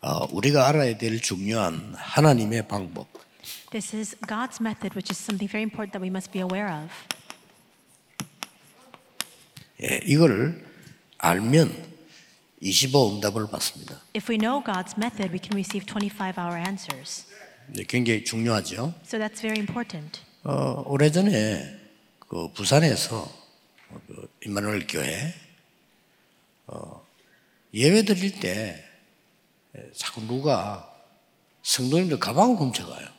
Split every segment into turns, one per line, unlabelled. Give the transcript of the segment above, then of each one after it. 어, 우리가 알아야 될 중요한 하나님의 방법.
This is God's method, which is something very important that we must be aware of.
예, 이거를 알면 25 응답을 받습니다.
If we know God's method, we can receive 25 hour answers.
네, 굉장히 중요하죠.
So that's very important.
어, 오래전에 그 부산에서 그 임마누엘 교회 어, 예배 드릴 때 예, 자꾸 누가 성도님들 가방을 훔쳐가요.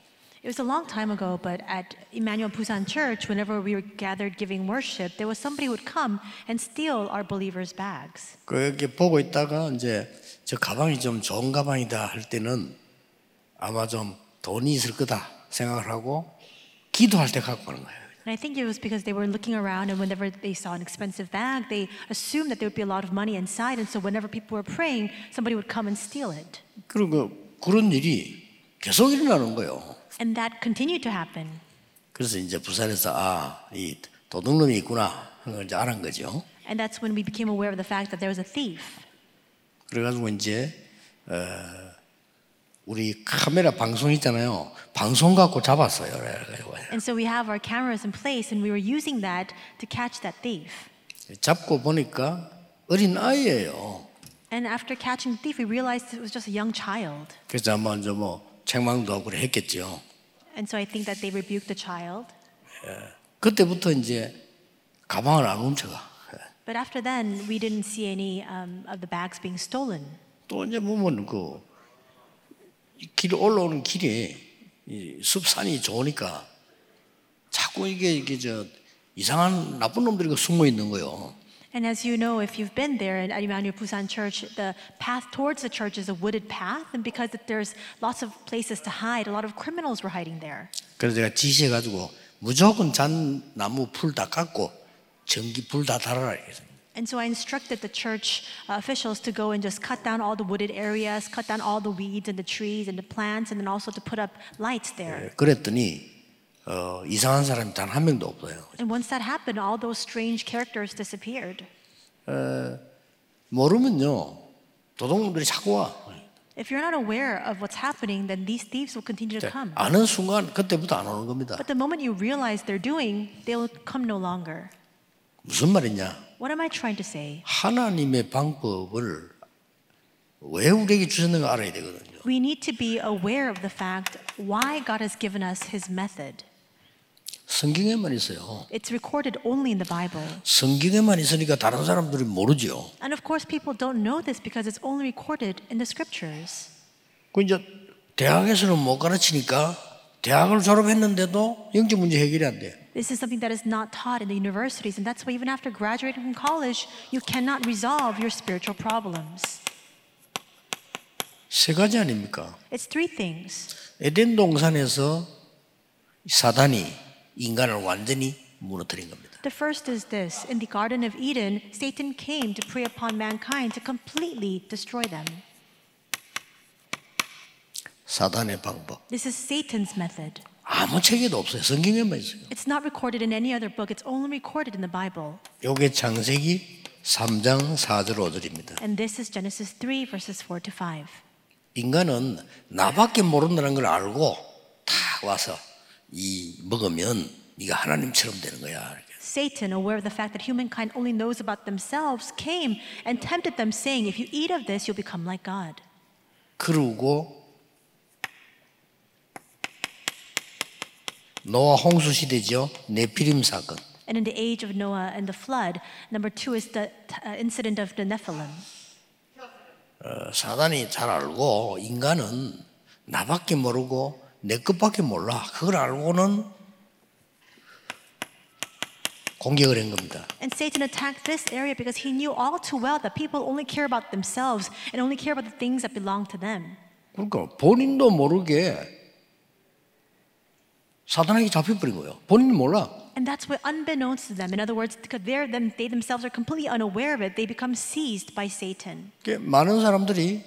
It was a long time ago, but at Emmanuel Busan Church, whenever we were gathered giving worship, there was somebody who would come and steal our believers' bags.
그렇게 보고 있다가 이제 저 가방이 좀 좋은 가방이다 할 때는 아마 좀 돈이 있을 거다 생각을 하고 기도할 때 갖고 가는 거예요.
And I think it was because they were looking around, and whenever they saw an expensive bag, they assumed that there would be a lot of money inside. And so, whenever people were praying, somebody would come and steal it.
그리고 그런 일이 계속 일어나는 거예요.
And that continued to happen.
그래서 이제 부산에서 아, 이 도둑놈이 있구나 하는 걸 이제 알은 거죠.
And that's when we became aware of the fact that there was a thief.
그래가지고 이제 어, 우리 카메라 방송 있잖아요. 방송 갖고 잡았어요. 그래가지고
And so we have our cameras in place, and we were using that to catch that thief.
잡고 보니까 어린 아이예요.
And after catching the thief, we realized it was just a young child.
그래서 아마 이제 뭐 책망도 하고 그래 했겠죠.
And so I think that they rebuked the child.
그때부터 이제 가방을 안 훔쳐가.
But after then, we didn't see any um, of the bags being stolen.
또 이제 보면 그길 올라오는 길에 이 숲산이 좋으니까 자꾸 이게 이게 저 이상한 나쁜 놈들이 그 숨어 있는 거요.
And as you know, if you've been there at Emmanuel Busan Church, the path towards the church is a wooded path. And because there's lots of places to hide, a lot of criminals were hiding there.
그래서 제가 지시해 가지고 무조건 잣나무 풀 다 깎고 전기 불 다 달아라 이랬어요.
And so I instructed the church uh, officials to go and just cut down all the wooded areas, cut down all the weeds and the trees and the plants, and then also to put up lights there.
그랬더니 어, 이상한 사람이 단 한 명도 없어요.
And once that happened, all those strange characters disappeared.
모르면요 도둑놈들이 자꾸 와.
If you're not aware of what's happening, then these thieves will continue to come.
네, 아는 순간 그때부터 안 오는 겁니다.
But the moment you realize they're doing, they'll come no longer.
무슨 말이냐?
What am I trying to say?
하나님의 방법을 왜 우리에게 주셨는가 알아야 되거든요.
We need to be aware of the fact why God has given us his method.
성경에만 있어요.
It's recorded only in the Bible.
성경에만 있으니까 다른 사람들이 모르죠.
And of course, people don't know this because it's only recorded in the scriptures.
그 이제 대학에서는 못 가르치니까 대학을 졸업했는데도 영적 문제 해결이 안 돼.
This is something that is not taught in the universities, and that's why even after graduating from college, you cannot resolve your spiritual problems.
세 가지 아닙니까?
It's three things.
에덴 동산에서 사단이 인간을 완전히 무너뜨린 겁니다.
The first is this In the Garden of Eden, Satan came to prey upon mankind to completely destroy them.
사단의 방법
This is Satan's method.
아무 책에도 없어요. 성경에만 있어요.
It's not recorded in any other book, it's only recorded in the Bible.
요게 창세기 3장 4절 5절입니다.
And this is Genesis 3, verses 4 to 5.
인간은 나밖에 모른다는 걸 알고 다 와서 이 먹으면 네가 하나님처럼 되는 거야. 이렇게.
Satan, aware of the fact that humankind only knows about themselves, came and tempted them, saying, If you eat of this, you'll become like God.
그러고 노아 홍수 시대죠. 네피림 사건.
And in the age of Noah and the flood, number two is the uh, incident of the Nephilim.
어, 사단이 잘 알고 인간은 나밖에 모르고 내 것밖에 몰라. 그걸 알고는 공격을 한 겁니다.
And Satan attacked this area because he knew all too well that people only care about themselves and only care about the things that belong to them.
그러니까 본인도 모르게 사단에게 잡혀버린 거예요. 본인이 몰라.
And that's what unbeknownst to them. In other words, because they're them, they themselves are completely unaware of it, they become seized by Satan.
이게 많은 사람들이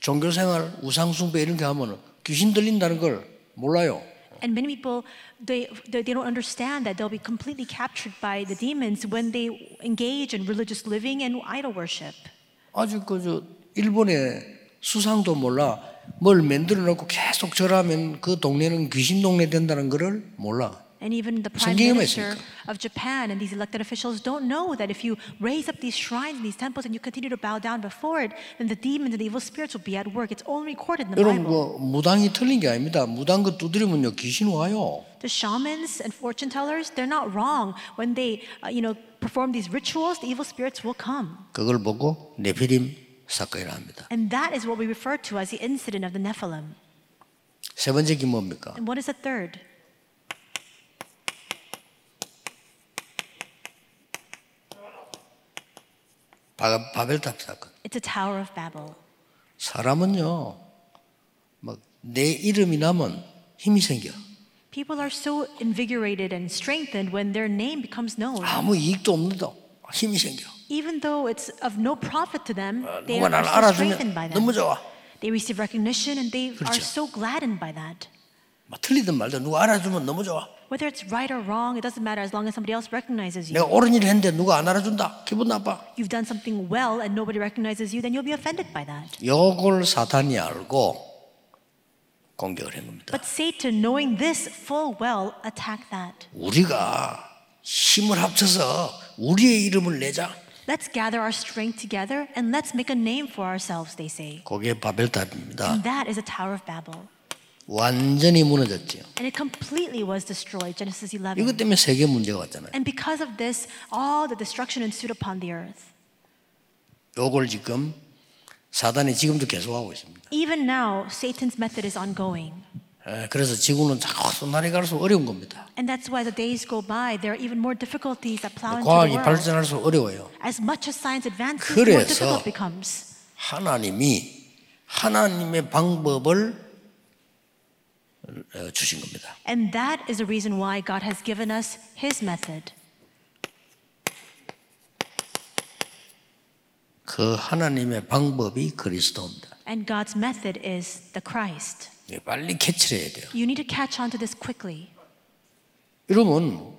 종교생활, 우상숭배 이런 게 하면 귀신 들린다는 걸 몰라요.
And many people, they, they, they don't understand that they'll be completely captured by the demons when they engage in religious living and idol worship.
아직 그저 그 일본에 수상도 몰라. 뭘 만들어 놓고 계속 절하면 그 동네는 귀신 동네 된다는 거를 몰라.
And even the prime
성경에만
minister
있으니까.
of Japan and these elected officials don't know that if you raise up these shrines, these temples, and you continue to bow down before it, then the demons and the evil spirits will be at work. It's all recorded in the
여러분
Bible.
그 무당이 틀린 게 아닙니다. 무당 그 두드리면요 귀신 와요.
The shamans and fortune tellers, they're not wrong. When they, uh, you know, perform these rituals, the evil spirits will come.
그걸 보고 네피림 사건이라 합니다.
And that is what we refer to as the incident of the Nephilim.
세 번째 게 뭡니까?
And what is the third?
바, 바벨탑 사건.
It's a Tower of Babel.
사람은요 막 내 이름이 나면 힘이 생겨.
People are so invigorated and strengthened when their name becomes known.
아무 이익도 없는데 힘이 생겨.
Even though it's of no profit to them, they
누가
are
나를
so strengthened by
알아주면 너무
that.
좋아.
They receive recognition and they are
그렇죠.
so gladdened by that.
막 틀리든 말든 누가 알아주면 너무 좋아.
Whether it's right or wrong, it doesn't matter as long as somebody else recognizes
내가
you.
옳은 일을 했는데 누가 안 알아준다. 기분 나빠.
You've done something well and nobody recognizes you, then you'll be offended by that.
요걸 사탄이 알고 공격을 한 겁니다.
But Satan, knowing this full well, attacked that.
우리가 힘을 합쳐서 우리의 이름을 내자.
Let's gather our strength together and let's make a name for ourselves, they say.
그게 바벨탑입니다.
And that is a Tower of Babel.
완전히 무너졌죠.
And it completely was destroyed, Genesis 11.
이것 때문에 세계 문제가 왔잖아요.
And because of this, all the destruction ensued upon the earth.
요걸 지금 사단이 지금도 계속 하고 있습니다.
Even now, Satan's method is ongoing.
예, 그래서 지구는 자꾸 날이 갈수록 어려운 겁니다.
And that's why the days go by, there are even more difficulties that plow
과학이
into the world.
발전할수록 어려워요.
As much as science advances, the more
그래서
difficult becomes.
하나님이 하나님의 방법을 어, 주신 겁니다.
And that is the reason why God has given us his method.
그 하나님의 방법이 그리스도입니다.
And God's method is the Christ.
예, 빨리 캐치를 해야 돼요.
You need to catch on to this quickly.
이러면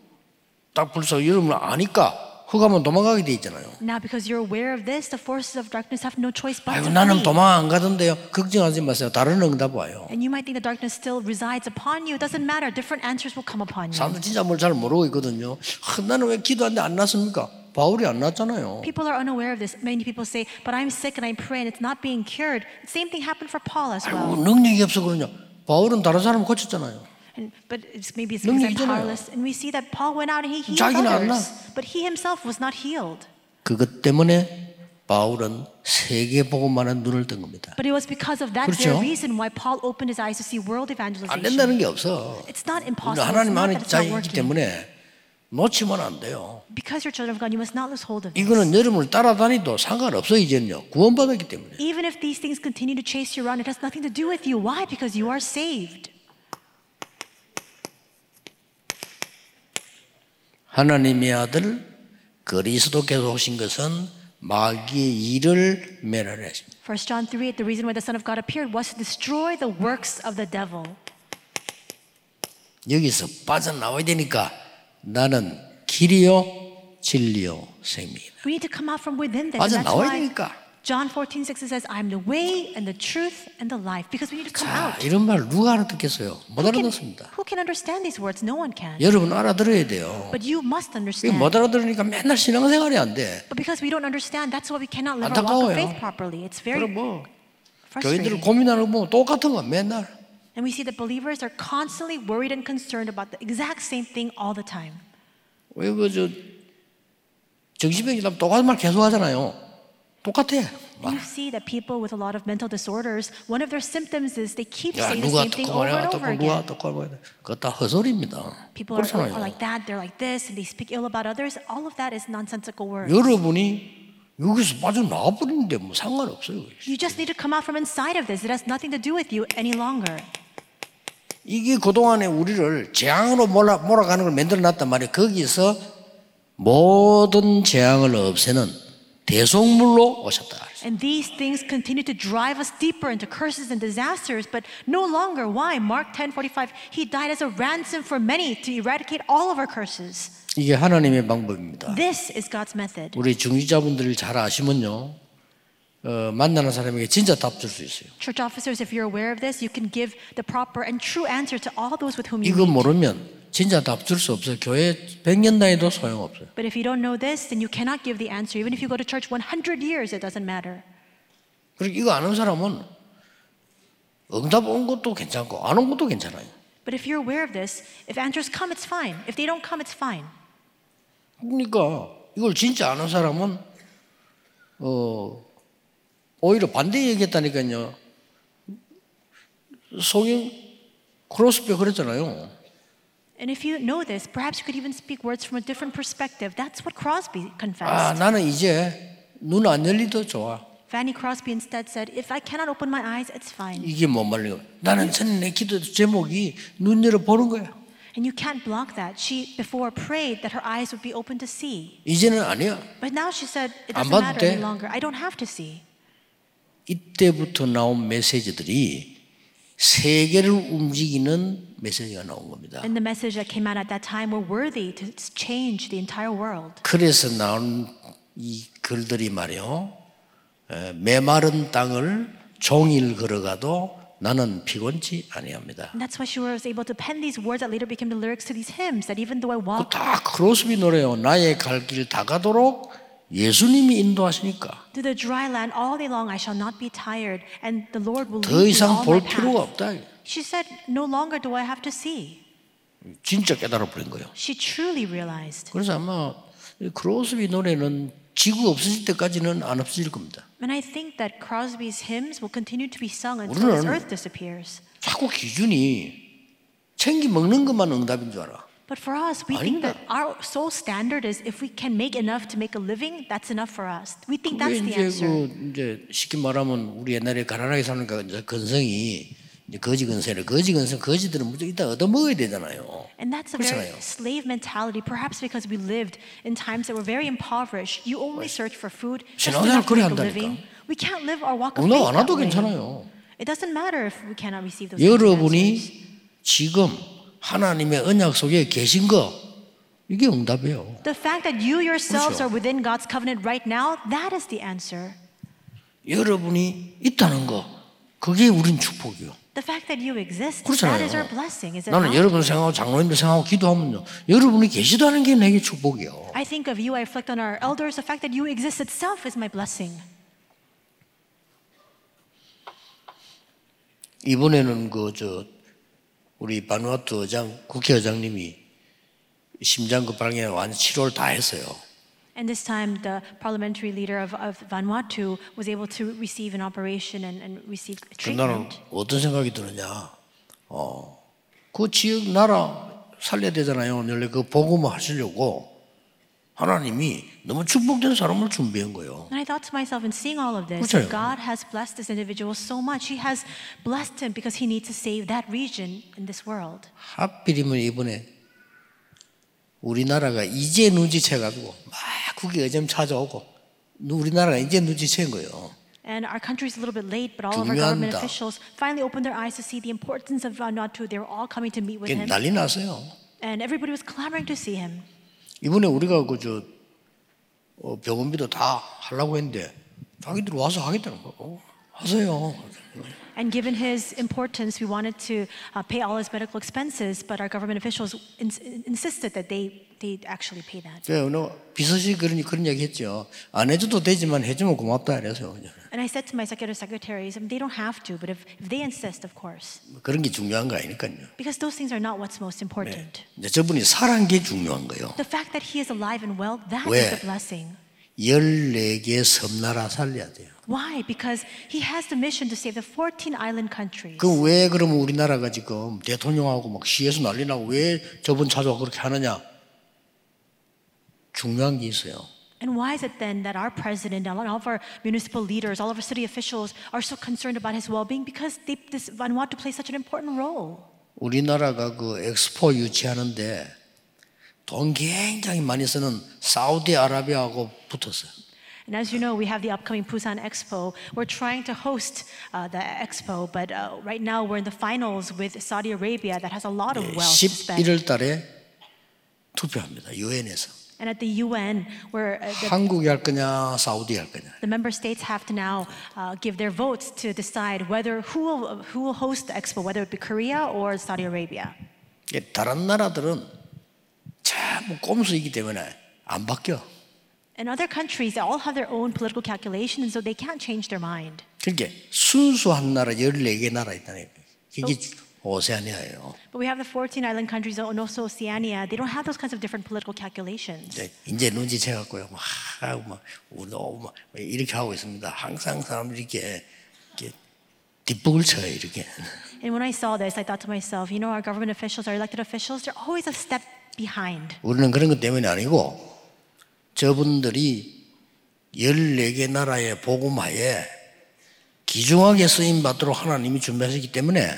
딱 벌써 여러분 아니까 허가면 도망가게 돼 있잖아요.
Now, because you're aware of this, the forces of darkness have no choice but
아이고
to
나는
flee.
도망 안 가던데요. 걱정하지 마세요. 다른 응답 와요.
And you might think the darkness still resides upon you. It doesn't matter. Different answers will come upon you.
사람들 진짜 뭘 잘 모르고 있거든요. 아, 나는 왜 기도하는데 안 났습니까? 바울이 안 났잖아요.
People are unaware of this. Many people say, but I'm sick and I pray and it's not being cured. Same thing happened for Paul as
뭐
well.
능력이 없어 그러냐. 바울은 다른 사람 고쳤잖아요.
And, but it's, maybe it's because I'm
능력이잖아요.
powerless. And we see that Paul went out and he healed
자기는 안
others. But he himself was not healed.
그것 때문에 바울은 세계 보고만한 눈을 뜬 겁니다.
But it was because of that
그렇죠.
very reason why Paul opened his eyes to see world
안
evangelization.
된다는 게 없어.
It's not
우리는
impossible. It's
하나님
not
안에
that it's not
자이기
working.
때문에 놓치면 안 돼요.
Because you're children of God, you must not lose hold of this.
이거는 여러분을 따라다니도 상관없어 이제는요. 구원받았기 때문에.
Even if these things continue to chase you around, it has nothing to do with you. Why? Because you are saved.
하나님의 아들 그리스도께서 오신 것은 마귀의 일을 멸하려 하십니다.
1 John 3 8, the reason why the Son of God appeared was to destroy the works of the devil.
여기서 빠져나와야 되니까 나는 길이요 진리요 생명이다.
We need to come out from within this. and that's
빠져나와야
why
되니까.
John 14 6 says, I'm the way and the truth and the life. Because we need to come
자,
out.
아, 이런 말 누가 알아듣겠어요? 못
Who can,
알아듣습니다.
who can understand these words? No one can.
여러분 알아들어야 돼요.
But you must
이게
understand.
못 알아들으니까 맨날 신앙생활이 안 돼.
But because we don't understand, that's why we cannot live our
안타까워요.
walk of faith properly.
그럼
It's very
뭐 교인들
frustrating.
고민하는 거 보면 똑같은 거 맨날.
And we see that believers are constantly worried and concerned about the exact same thing all the time.
왜 그 저 정신병이 나면 똑같은 말 계속 하잖아요. 똑같아.
And
막
you see that people with a lot of mental disorders, one of their symptoms is they keep
야
saying the
누가
same thing
듣고
over
말해
and
듣고
over again.
누가 듣고 말해 그거 다 헛소리입니다.
People are, are
그렇잖아요.
like that, they're like this, and they speak ill about others. All of that is nonsensical words.
여러분이 여기서 빠져나와 버리는데 뭐 상관없어요.
You just need to come out from inside of this. It has nothing to do with you any longer.
이게 그동안에 우리를 재앙으로 몰아, 몰아가는 걸 만들어 놨단 말이에요. 거기서 모든 재앙을 없애는 대속물로 오셨다.
And these things continue to drive us deeper into curses and disasters, but no longer. Why? Mark 10:45, he died as a ransom for many to eradicate all of our curses.
이게 하나님의 방법입니다.
This is God's method.
우리 중직자분들을 잘 아시면요. 어, 만나는 사람에게 진짜 답 줄 수 있어요.
Church officers, if you're aware of this, you can give the proper and true answer to all those with whom you
이거
meet.
모르면 진짜 답 줄 수 없어요. 교회 100년 다녀도 소용없어요.
But if you don't know this, then you cannot give the answer. Even if you go to church 100 years, it doesn't matter.
그리고 이거 아는 사람은 응답 온 것도 괜찮고 안 온 것도 괜찮아요.
But if you're aware of this, if answers come, it's fine. If they don't come, it's fine.
그러니까 이걸 진짜 아는 사람은 어 오히려 반대 얘기했다니까요. 송영 크로스백 그랬잖아요.
And if you know this, perhaps you could even speak words from a different perspective. That's what Crosby
아
confessed.
나는 이제 눈 안 열리도 좋아.
Fanny Crosby instead said, If I cannot open my eyes, it's fine.
이게 못 말려. 나는 전내 기도 제목이 눈 열어 보는 거야.
And you can't block that. She before prayed that her eyes would be open to see.
이제는 아니야.
But now she said, It
안
doesn't
봐도
matter
돼.
any longer. I don't have to see.
이때부터 나온 메시지들이 세계를 움직이는 메시지가 나온 겁니다.
And the message that came out at that time were worthy to change the entire world.
그래서 나온 이 글들이 말이요. 에, 메마른 땅을 종일 걸어가도 나는 피곤치 아니합니다.
And that's why she was able to pen these words that later became the lyrics to these hymns that even though I
그거
walk,
다 크로스비 노래요. 나의 갈 길 다 가도록 예수님이 인도하시니까
To the dry land all day long I shall not be tired, and the Lord will
더
lead me
이상
all my
볼 필요가
paths.
없다.
She said, No longer do I have to see.
진짜 깨달아 버린 거예요.
She truly realized.
그래서 아마 이 크로스비 노래는 지구 없어질 때까지는 안 없어질 겁니다.
And I think that Crosby's hymns will continue to be sung until this
우리는-
earth disappears.
자꾸 기준이 챙기 먹는 것만 응답인 줄 알아.
But for us, we think that
아닙니다.
our sole standard is if we can make enough to make a living, that's enough for us. We think
그게
that's the
이제
answer.
그 이제 쉽게 말하면 우리 옛날에 가난하게 사니까 이제 건성이 이제 거지 건세를 거지 건성 거지들은 무조건 이따 얻어 먹어야 되잖아요.
And that's a very
그렇잖아요.
slave mentality, perhaps because we lived in times that were very impoverished. You only search for food, just
신앙생활
enough to
그래
make a
한다니까.
living. We can't live our walk of faith
응답 안
that
와도
way.
괜찮아요.
It doesn't matter if we cannot receive those kinds of answers.
여러분이 지금 하나님의 언약 속에 계신 거 이게 응답이에요.
The fact that you yourselves
그렇죠.
are within God's covenant right now, that is the answer.
여러분이 있다는 거 그게 우린 축복이요.
The fact that you exist, that is our
그렇잖아요.
blessing, is it
나는
not?
여러분 생각하고 장로님들 생각하고 기도하면요. 여러분이 계시다는 게 내게 축복이요.
I think of you, I reflect on our elders, the fact that you exist itself is my blessing.
이번에는 그 저 우리 바누아투 의장 국회의장님이 심장급 발견 완 치료를 다 했어요.
And this time, the parliamentary leader of, of Vanuatu was able to receive an operation and, and receive
그 나는
treatment.
어떤 생각이 드느냐? 어, 그 지역 나라 살려야 되잖아요. 원래 그 복음을 하시려고 하나님이 너무 축복된 사람을 준비한 거예요.
And I thought to myself, in seeing all of this,
그렇죠.
God has blessed this individual so much. He has blessed him because he needs to save that region in this world.
하필이면 이번에 우리나라가 이제 눈치채가지고 막 국회의장 찾아오고 우리나라가 이제 눈치챈 거예요.
And our country's a little bit late, but all of our
중요합니다.
government officials finally opened their eyes to see the importance of Vanuatu. They were all coming to meet with
그게
him,
난리 났어요.
and everybody was clamoring to see him.
이번에 우리가 그저 어, 병원비도 다 하려고 했는데 자기들 와서 하겠다는 거. 어, 하세요.
And given his importance, we wanted to uh, pay all his medical expenses, but our government officials ins- insisted that they, they actually pay that.
제가 오늘 비서실 그런 그런 얘기했죠. 안 해줘도 되지만 해주면 고맙다 그래서 그냥
And I said to my secretary secretaries, "I mean, they don't have to, but if, if they insist, of course,
그런 게 중요한 거 아니니까요.
because those things are not what's most important.
이제 저분이 살한 게 중요한 거예요.
The fact that he is alive and well, that is
왜?
the blessing.
14개 섬나라 살려야 돼요.
Why? Because he has the mission to save the 14 island countries.
그럼 왜 그러면 우리나라가 지금 대통령하고 막 시에서 난리 나고 왜 저분 찾아와 그렇게 하느냐? 중요한 게 있어요.
And why is it then that our president, all of our municipal leaders, all of our city officials are so concerned about his well-being? Because they, this Vanuatu plays such an important role.
우리나라가 그 엑스포 유치하는데 돈 굉장히 많이 쓰는 사우디아라비아하고 붙었어요.
And as you know, we have the upcoming Busan Expo. We're trying to host uh, the expo, but uh, right now we're in the finals with Saudi Arabia that has a lot of wealth to spend.
11월 달에 투표합니다. 유엔에서.
And at the UN, where uh, the,
한국이 할 거냐, 사우디 할 거냐.
the member states have to now uh, give their votes to decide whether who will, who will host the expo, whether it be Korea or Saudi Arabia.
이게 다른 나라들은 전부 꼼수이기 때문에 안 바뀌어.
In other countries, they all have their own political calculation, and so they can't change their mind.
그러니까 순수한 나라 14개 나라 있다는 얘기예요. 이게 오세아니아예요.
But we have the 14 island countries and also Oceania. They don't have those kinds of different political calculations.
예, 이제, 이제 눈치채 갖고요. 막, 하고 막, 우리 너무 막 이렇게 하고 있습니다. 항상 사람들이 이렇게, 이렇게 뒷북을 쳐요, 이렇게.
And when I saw this, I thought to myself, you know, our government officials, our elected officials, they're always a step behind.
우리는 그런 것 때문이 아니고 저분들이 14개 나라의 복음화에 기중하게 쓰임 받도록 하나님이 준비하셨기 때문에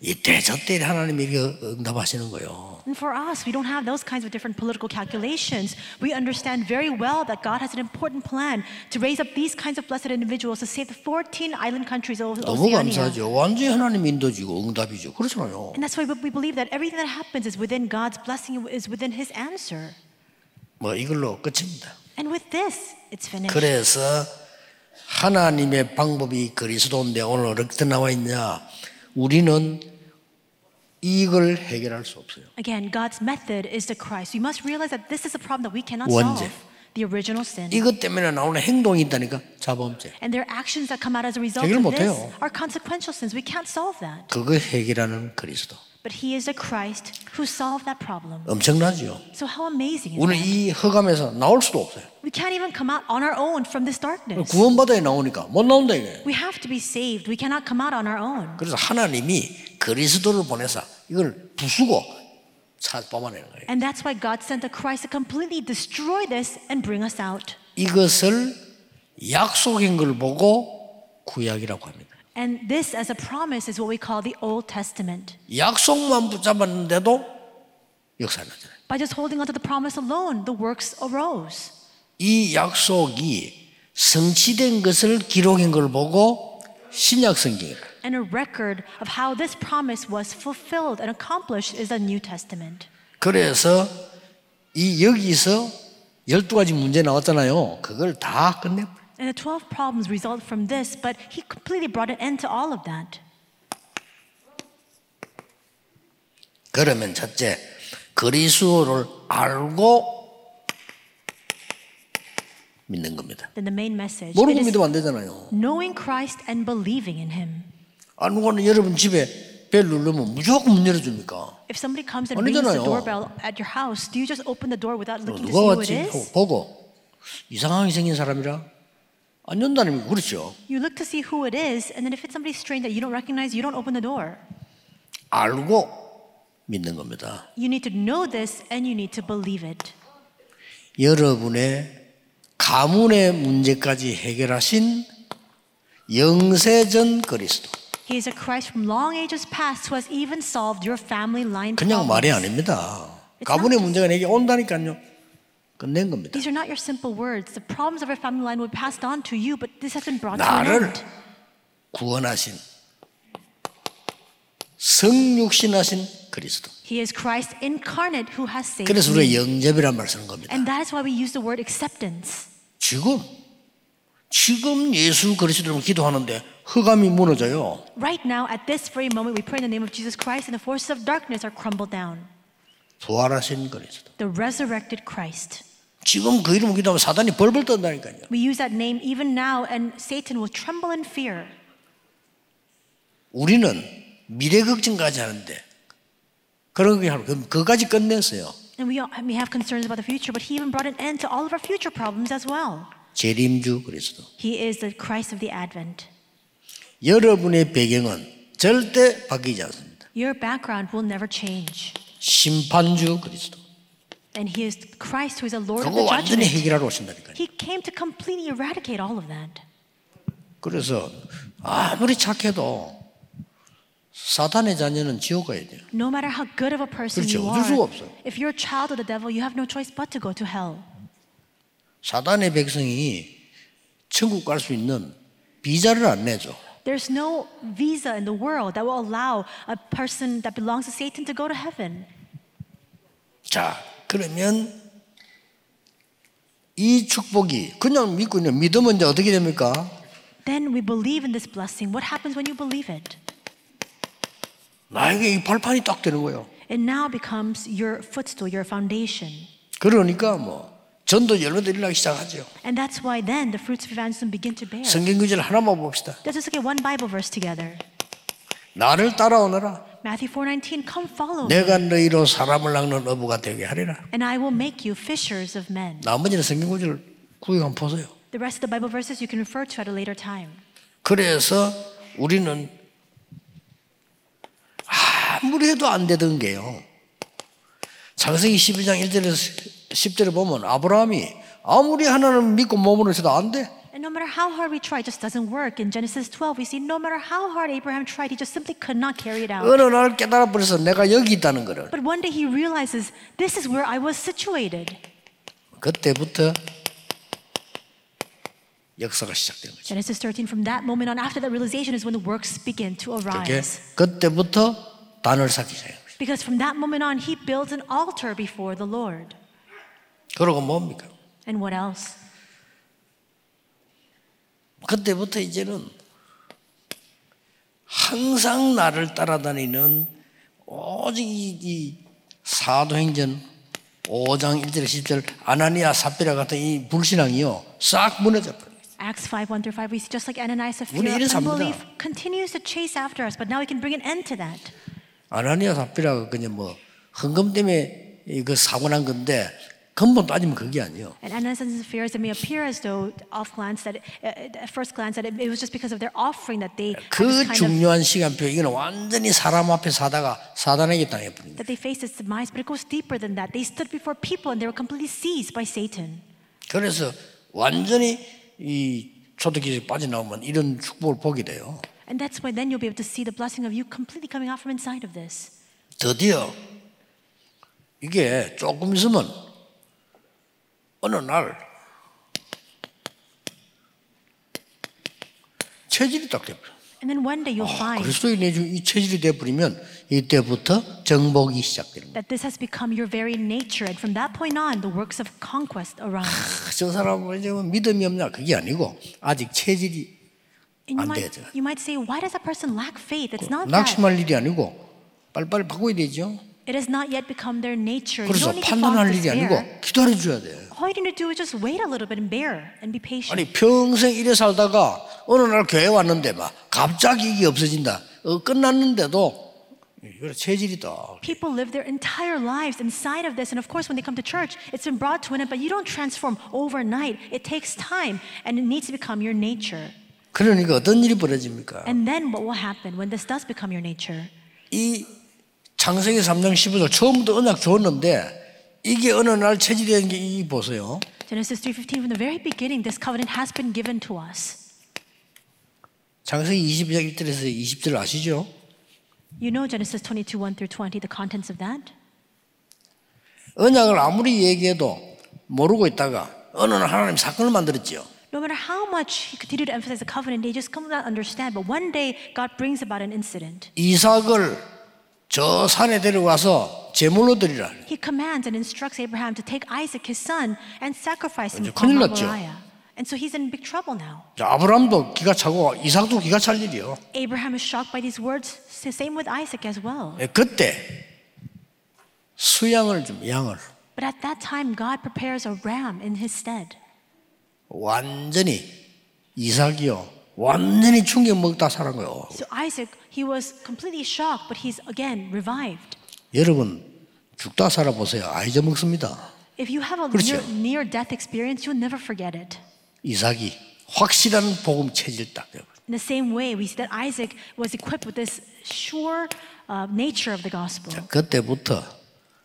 이때 저때 하나님이 이렇게 응답하시는 거예요.
And for us, we don't have those kinds of different political calculations. We understand very well that God has an important plan to raise up these kinds of blessed individuals to save the 14 island countries of
너무
Oceania.
감사하죠. 완전히 하나님 인도지고 응답이죠. 그렇잖아요.
And that's why we we believe that everything that happens is within God's blessing, is within His answer.
뭐 이걸로 끝입니다.
And with this, it's finished.
그래서 하나님의 방법이 그리스도인데 오늘 어떻게 나와 있냐. 우리는 이걸 해결할 수 없어요.
Again, God's method is the Christ. We must realize that this is a problem that we cannot
원죄.
solve. The original sin.
이것 때문에 나오는 행동이 있다니까 자범죄.
And their actions that come out as a result
해결
of
못
this
해요.
are consequential sins. We can't solve that.
그거 해결하는 그리스도.
But He is a Christ who solved that problem.
엄청나죠.
So how amazing is
오늘
that?
이 허감에서 나올 수도 없어요.
We can't even come out on our own from this darkness.
구원받아야 나오니까 못 나온다 이게.
We have to be saved. We cannot come out on our own.
그래서 하나님이 그리스도를 보내서 이걸 부수고 차 뽑아내는 거예요.
And that's why God sent the Christ to completely destroy this and bring us out.
이것을 약속인 걸 보고 구약이라고 합니다.
And this, as a promise, is what we call the Old Testament.
약속만 붙잡았는데도 역사는 나잖아요.
By just holding onto the promise alone, the works arose.
이 약속이 성취된 것을 기록인 걸 보고 신약 성경이라.
And a record of how this promise was fulfilled and accomplished is the New Testament.
그래서 이 여기서 12가지 문제 나왔잖아요. 그걸 다 끝내
And the 12 problems result from this, but he completely brought an end to all of that.
그러면 첫째 그리스도를 알고 믿는 겁니다.
Then the main message it
모르고
is
믿으면 안 되잖아요.
knowing Christ and believing in him.
아무거나 여러분 집에 벨 누르면 무조건 문 열어 줍니까?
If somebody comes and rings the
아니잖아요.
doorbell at your house, do you just open the door without looking to see
누가
who it
왔지? 하고
is?
보고 이상하게 생긴 사람이라 안 연다는 게 그렇죠.
You look to see who it is, and then if it's somebody strange that you don't recognize, you don't open the door.
알고 믿는 겁니다.
You need to know this and you need to believe it.
여러분의 가문의 문제까지 해결하신 영세전 그리스도.
He is a Christ from long ages past who has even solved your family line
그냥 말이
problems.
아닙니다. 가문의 문제가 내게 온다니까요. 끝낸 겁니다.
These are not your simple words. The problems of your family line were passed on to you, but this has been brought to an
나를
end.
구원하신 성육신하신 그리스도.
He is Christ incarnate who has saved
그래서
you.
우리가 영접이란 말을 쓰는 겁니다.
And that is why we use the word acceptance.
지금 지금 예수 그리스도를 기도하는데 흑암이 무너져요.
Right now, at this very moment, we pray in the name of Jesus Christ, and the forces of darkness are crumbled down.
부활하신 그리스도.
The resurrected Christ.
지금 그 이름을 기도하면 사단이 벌벌 떤다니까요.
We use that name even now, and Satan will tremble in fear.
우리는 미래 걱정까지 하는데 그런 게 하고 그럼 그까지 끝냈어요.
And we, all, we have concerns about the future, but he even brought an end to all of our future problems as well.
재림주 그리스도.
He is the Christ of the Advent.
여러분의 배경은 절대 바뀌지 않습니다.
Your background will never change.
심판주 그리스도.
And he is Christ who is the Lord of
그거
the
완전히
judgment.
해결하러 오신다니까요.
He came to completely eradicate all of that.
그래서 아무리 착해도 사탄의 자녀는 지옥 가야 돼요.
No matter how good of a person
그렇죠.
you
어쩔 수가
are,
없어요.
if you're a child of the devil, you have no choice but to go to hell.
사단의 백성이 천국 갈 수 있는 비자를 안 내죠.
There's no visa in the world that will allow a person that belongs to Satan to go to heaven.
자, 그러면 이 축복이 그냥 믿고 그냥 믿으면 이제 어떻게 됩니까?
Then we believe in this blessing. What happens when you believe it?
나에게 이 발판이 딱 되는 거예요.
It now becomes your footstool, your foundation.
그러니까 뭐 전도 열매 드리려기 시작하죠.
And that's why then the fruits of evangelism begin to bear.
성경 구절 하나만 봅시다.
Let's just look at one Bible verse together.
나를 따라오너라.
Matthew 4:19, come follow me,
내가 너희로 사람을 낚는 어부가 되게 하리라.
and I will make you fishers of men.
나머지는 성경 구절 구역 한번 보세요.
The rest of the Bible verses you can refer to at a later time.
그래서 우리는 아무리 해도 안 되던 게요. 창세기 12장 1절에서 10절에 보면 아브라함이 아무리 하나님 믿고 몸으로 해도 안 돼.
And no matter how hard we try, it just doesn't work. In Genesis 12, we see no matter how hard Abraham tried, he just simply could not carry it out.
어느 날 깨달아 버려서 내가 여기 있다는 거를
But one day he realizes, this is where I was situated.
그때부터 역사가 시작된 거죠.
Genesis 13, from that moment on, after that realization, is when the works begin to
그게
arise.
그때부터 단을 쌓기 시작해요.
Because from that moment on, he builds an altar before the Lord.
그러고 뭡니까?
And what else?
그때부터 이제는 항상 나를 따라다니는 오직 이, 이 사도행전 5장 1절 10절 아나니아 삽비라 같은 이 불신앙이요 싹 무너져 버려요.
Acts 5, 1 through 5, we see just like Ananias of
우리 이런
Philip,
사람들아.
unbelief continues to chase after us, but now we can bring an end to that.
아나니아 삽비라가 그냥 뭐 헌금 때문에 이거 그 사고 난 건데 근본 따지면 그게 아니에요.
And Ananias and Sapphira, it may appear as though, off glance, that uh, at first glance, that it, it was just because of their offering that they had this
그
kind of,
중요한 시간표 이거는 완전히 사람 앞에 사다가 사단에게 당해버린 거예요.
that they faced this demise. But it goes deeper than that. They stood before people and they were completely seized by Satan.
그래서 완전히 이 초대기에 빠져나오면 이런 축복을 보게 돼요.
And that's why then you'll be able to see the blessing of you completely coming out from inside of this.
드디어 이게 조금 있으면 어느 날 체질이 딱 돼버려.
And then one day you'll
Oh, 네.
find
그리스도인의 주- 이 체질이 돼버리면 이때부터 정복이 시작되는 거예요.
that this has become your very nature. And from that point on, the works of conquest arise.
아, 저 사람은 이제 뭐 믿음이 없냐 그게 아니고 아직 체질이
And you
안
might,
돼요.
you might say, why does that person lack faith? It's not that.
낙심할 일이 아니고 빨리빨리 바꿔야 되죠.
It has not yet become their nature. You
그래서
don't need to fall
판단할
into
네, 일이
despair.
아니고 기다려 줘야 돼요.
All you need to do is just wait a little bit and bear and be patient.
아니 평생 이래 살다가 어느 날 교회 왔는데 막 갑자기 이게 없어진다. 어, 끝났는데도 이거 체질이다.
People live their entire lives inside of this, and of course, when they come to church, it's been brought to an end, but you don't transform overnight. It takes time, and it needs to become your nature.
그러니까 어떤 일이 벌어집니까?
And then what will happen when this does become your nature?
이 창세기 3장 15절 처음부터 언약 줬는데 이게 어느 날 체질이 되는 게 이 보세요.
Genesis 3:15 from the very beginning this covenant has been given to us.
창세기 22장 1절에서 20절 아시죠?
You know Genesis 22:1 through 20 the contents of that?
언약을 아무리 얘기해도 모르고 있다가 어느 날 하나님 사건을 만들었지요.
No matter how much he continued to emphasize the covenant, they just come not understand. But one day God brings about an incident.
이삭을 저 산에 데려가서 제물로 드리라.
He commands and instructs Abraham to take Isaac, his son, and sacrifice him
이제
upon
큰일
Mount
났죠.
Moriah. And so he's in big trouble now.
자, 아브라함도 기가 차고 이삭도 기가 찰 일이요.
Abraham is shocked by these words. S- Same with Isaac as well.
예, 그때 수양을 좀 양을
But at that time, God prepares a ram in his stead.
완전히 이삭이요 완전히 충격 먹다 살은 거요.
So Isaac, he was completely shocked, but he's again revived.
여러분 죽다 살아 보세요. 아 잊어먹습니다.
If you have a
그렇죠.
near death experience, you'll never forget it.
이삭이 확실한 복음 체질 딱 돼요.
In the same way, we see that Isaac was equipped with this sure uh, nature of the gospel.
그때부터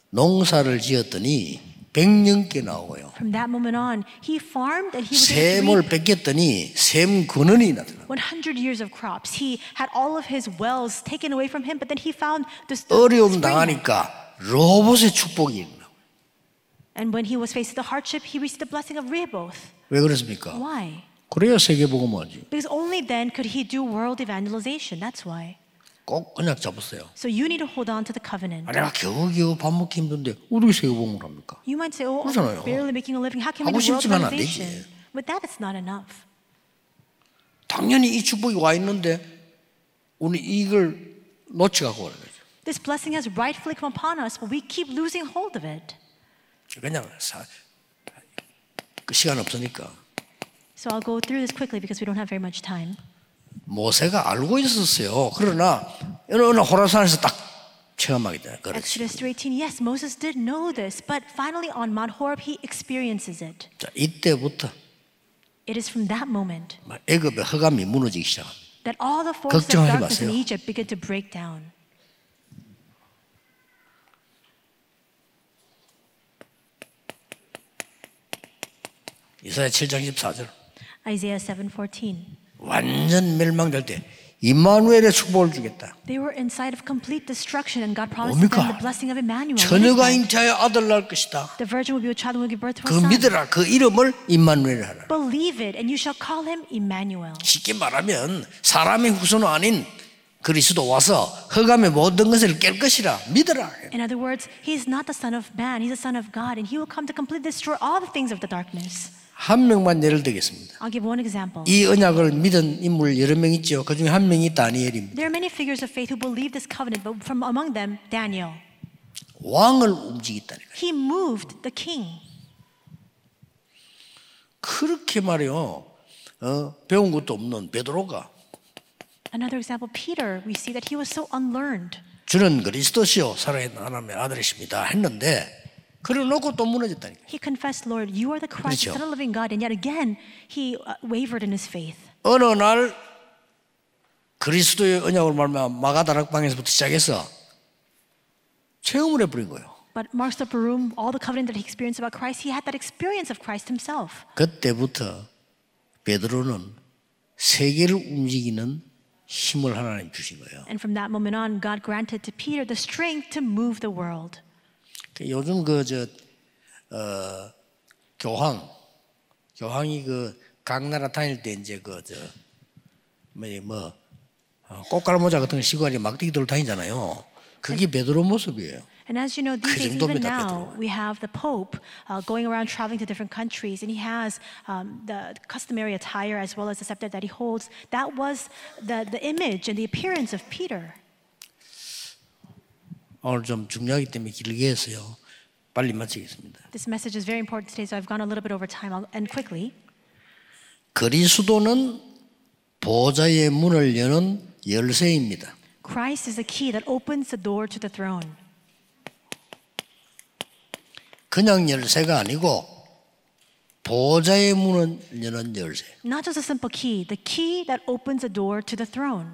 농사를 지었더니 백년께 나오고요.
From that moment on, he farmed and he was able to
샘을
reap
뺏겼더니 샘 근원이 나더라.
100 years of crops. He had all of his wells taken away from him, but then he found this
어려움
spring.
당하니까 로봇의 축복이 있나.
And when he was faced with the hardship, he received the blessing of Rehoboth.
왜 그렇습니까?
Why?
그래야 세계복음화지.
Because only then could he do world evangelization. That's why.
꼭 언약 잡으세요.
So you need to hold on to the covenant.
아, 내가 겨우겨우 밥 먹기 힘든데 어떻게 세우봉을 합니까?
You might say, "Oh,
그러잖아요.
I'm barely making a living. How can we
하고
do world
싶지만 안
renovation?"
되지.
With that, it's not enough.
당연히 이 축복이 와 있는데 우리 이걸 놓치갖고 가는 거죠.
This blessing has rightfully come upon us, but we keep losing hold of it.
그냥 사, 그 시간 없으니까
So I'll go through this quickly because we don't have very much time.
모세가 알고 있었어요. 그러나 어느 어느 호라산에서 딱 체험하게 돼. 그렇지.
Exodus 3:18. Yes, Moses did know this, but finally on Mount Horeb he experiences it.
자, 이때부터
It is from that moment
막 애굽의 허감이 무너지기 시작합니다.
that all the forces of
걱정하지
darkness in
마세요.
Egypt begin to break down.
이사야 7장 14절.
Isaiah 7:14.
완전 멸망될 때 이마누엘의 축복을 주겠다.
They were in sight of complete destruction, and God promised them
뭡니까?
the blessing of Emmanuel. What is
처녀가
that?
잉태하여 아들 낳을 것이다.
The virgin will be with child and will give birth to a
그
son.
믿으라. 그 이름을 임마누엘 하라.
Believe it, and you shall call him Emmanuel.
쉽게 말하면 사람의 후손 아닌 그리스도 와서 허감의 모든 것을 깰 것이라 믿으라.
In other words, he is not the son of man, he's the son of God, and he will come to completely destroy all the things of the darkness.
한 명만 예를 들겠습니다.
I'll give one example.
이 언약을 믿은 인물 여러 명 있죠. 그 중에 한 명이 다니엘입니다.
There are many figures of faith who believe this covenant, but from among them, Daniel.
왕을 움직였다니까.
He moved the king.
그렇게 말이요. 어, 배운 것도 없는 베드로가
Another example, Peter, we see that he was so unlearned.
주는 그리스도시요 살아있는 하나님의 아들이십니다 했는데 그래 놓고 또 무너졌다니까.
He confessed, Lord, you are the Christ,
그렇죠.
the Son of the living God, and yet again, he uh, wavered in his faith.
어느 날 그리스도의 언약을 말하면 마가다락방에서부터 시작해서 체험을 해버린 거예요.
But marks the room, all the covenant that he experienced about Christ, he had that experience of Christ himself.
그때부터 베드로는 세계를 움직이는 힘을 하나님 주신 거예요.
And from that moment on, God granted to Peter the strength to move the world.
그 요즘 그저 어, 교황 교황이 그 강나라 다닐 때 이제 그저뭐 어, 꽃가루 모자 같은 거 시고 아니 막대기 들고 다니잖아요. 그게 베드로 모습이에요.
And as you know, these
그
days, even
정도입니다,
now,
베드로가.
we have the Pope uh, going around traveling to different countries, and he has um, the customary attire as well as the scepter that he holds. That was the, the image and the appearance of Peter.
오늘 좀 중요하기 때문에 길게 했어요. 빨리 마치겠습니다.
This message is very important today, so I've gone a little bit over time. I'll end quickly.
그리스도는 보좌의 문을 여는 열쇠입니다.
Christ is the key that opens the door to the throne.
그냥 열쇠가 아니고 보좌의 문을 여는 열쇠.
Not just a simple key, the key that opens the door to the throne.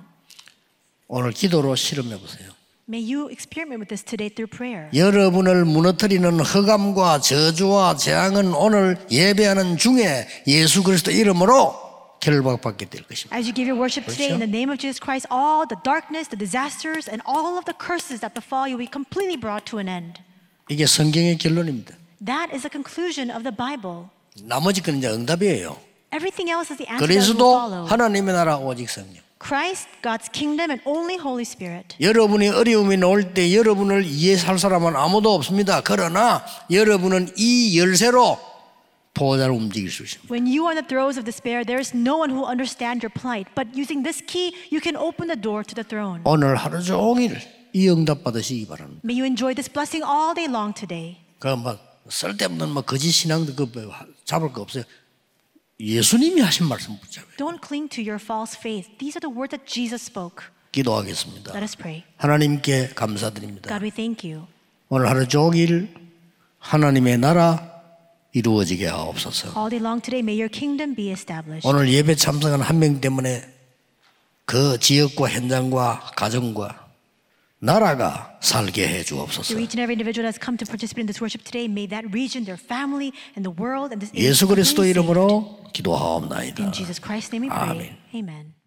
오늘 기도로 실험해 보세요.
May you experiment with this today through prayer.
여러분을 무너뜨리는 허감과 저주와 재앙은 오늘 예배하는 중에 예수 그리스도 이름으로 결박받게 될 것입니다.
As you give your worship today in the name of Jesus Christ, all the darkness, the disasters, and all of the curses that befall you will be completely brought to an end.
이게 성경의 결론입니다.
That is the conclusion of the Bible.
나머지 건 이제 응답이에요.
Everything else is the answer that will
그리스도
follow.
하나님의 나라 오직 성령.
Christ, God's kingdom, and only Holy Spirit.
여러분이 어려움이 나올 때 여러분을 이해할 사람은 아무도 없습니다. 그러나 여러분은 이 열쇠로 보호자를 움직일 수 있습니다.
When you are in the throes of despair, there is no one who will understand your plight. But using this key, you can open the door to the throne.
오늘 하루 종일 이 응답 받으시기 바랍니다.
May you enjoy this blessing all day long today.
그막 쓸데없는 뭐 거짓 신앙도 그뭐 잡을 거 없어요. 예수님이 하신 말씀 붙잡아요.
Don't cling to your false faith. These are the words that Jesus spoke. Let
기도하겠습니다.
us pray.
하나님께 감사드립니다.
God, we thank you.
오늘 하루 종일 하나님의 나라 이루어지게 하옵소서.
All day long today, may your kingdom be established.
오늘 예배 참석한 한 명 때문에 그 지역과 현장과 가정과 나라가 살게 해 주옵소서.
To each and every individual that's come to participate in this worship today, may that region, their family, and the world, and this
예수
age be
그리스도
saved.
이름으로
In
기도하옵나이다.
Jesus Christ's name we pray.
아멘.
Amen.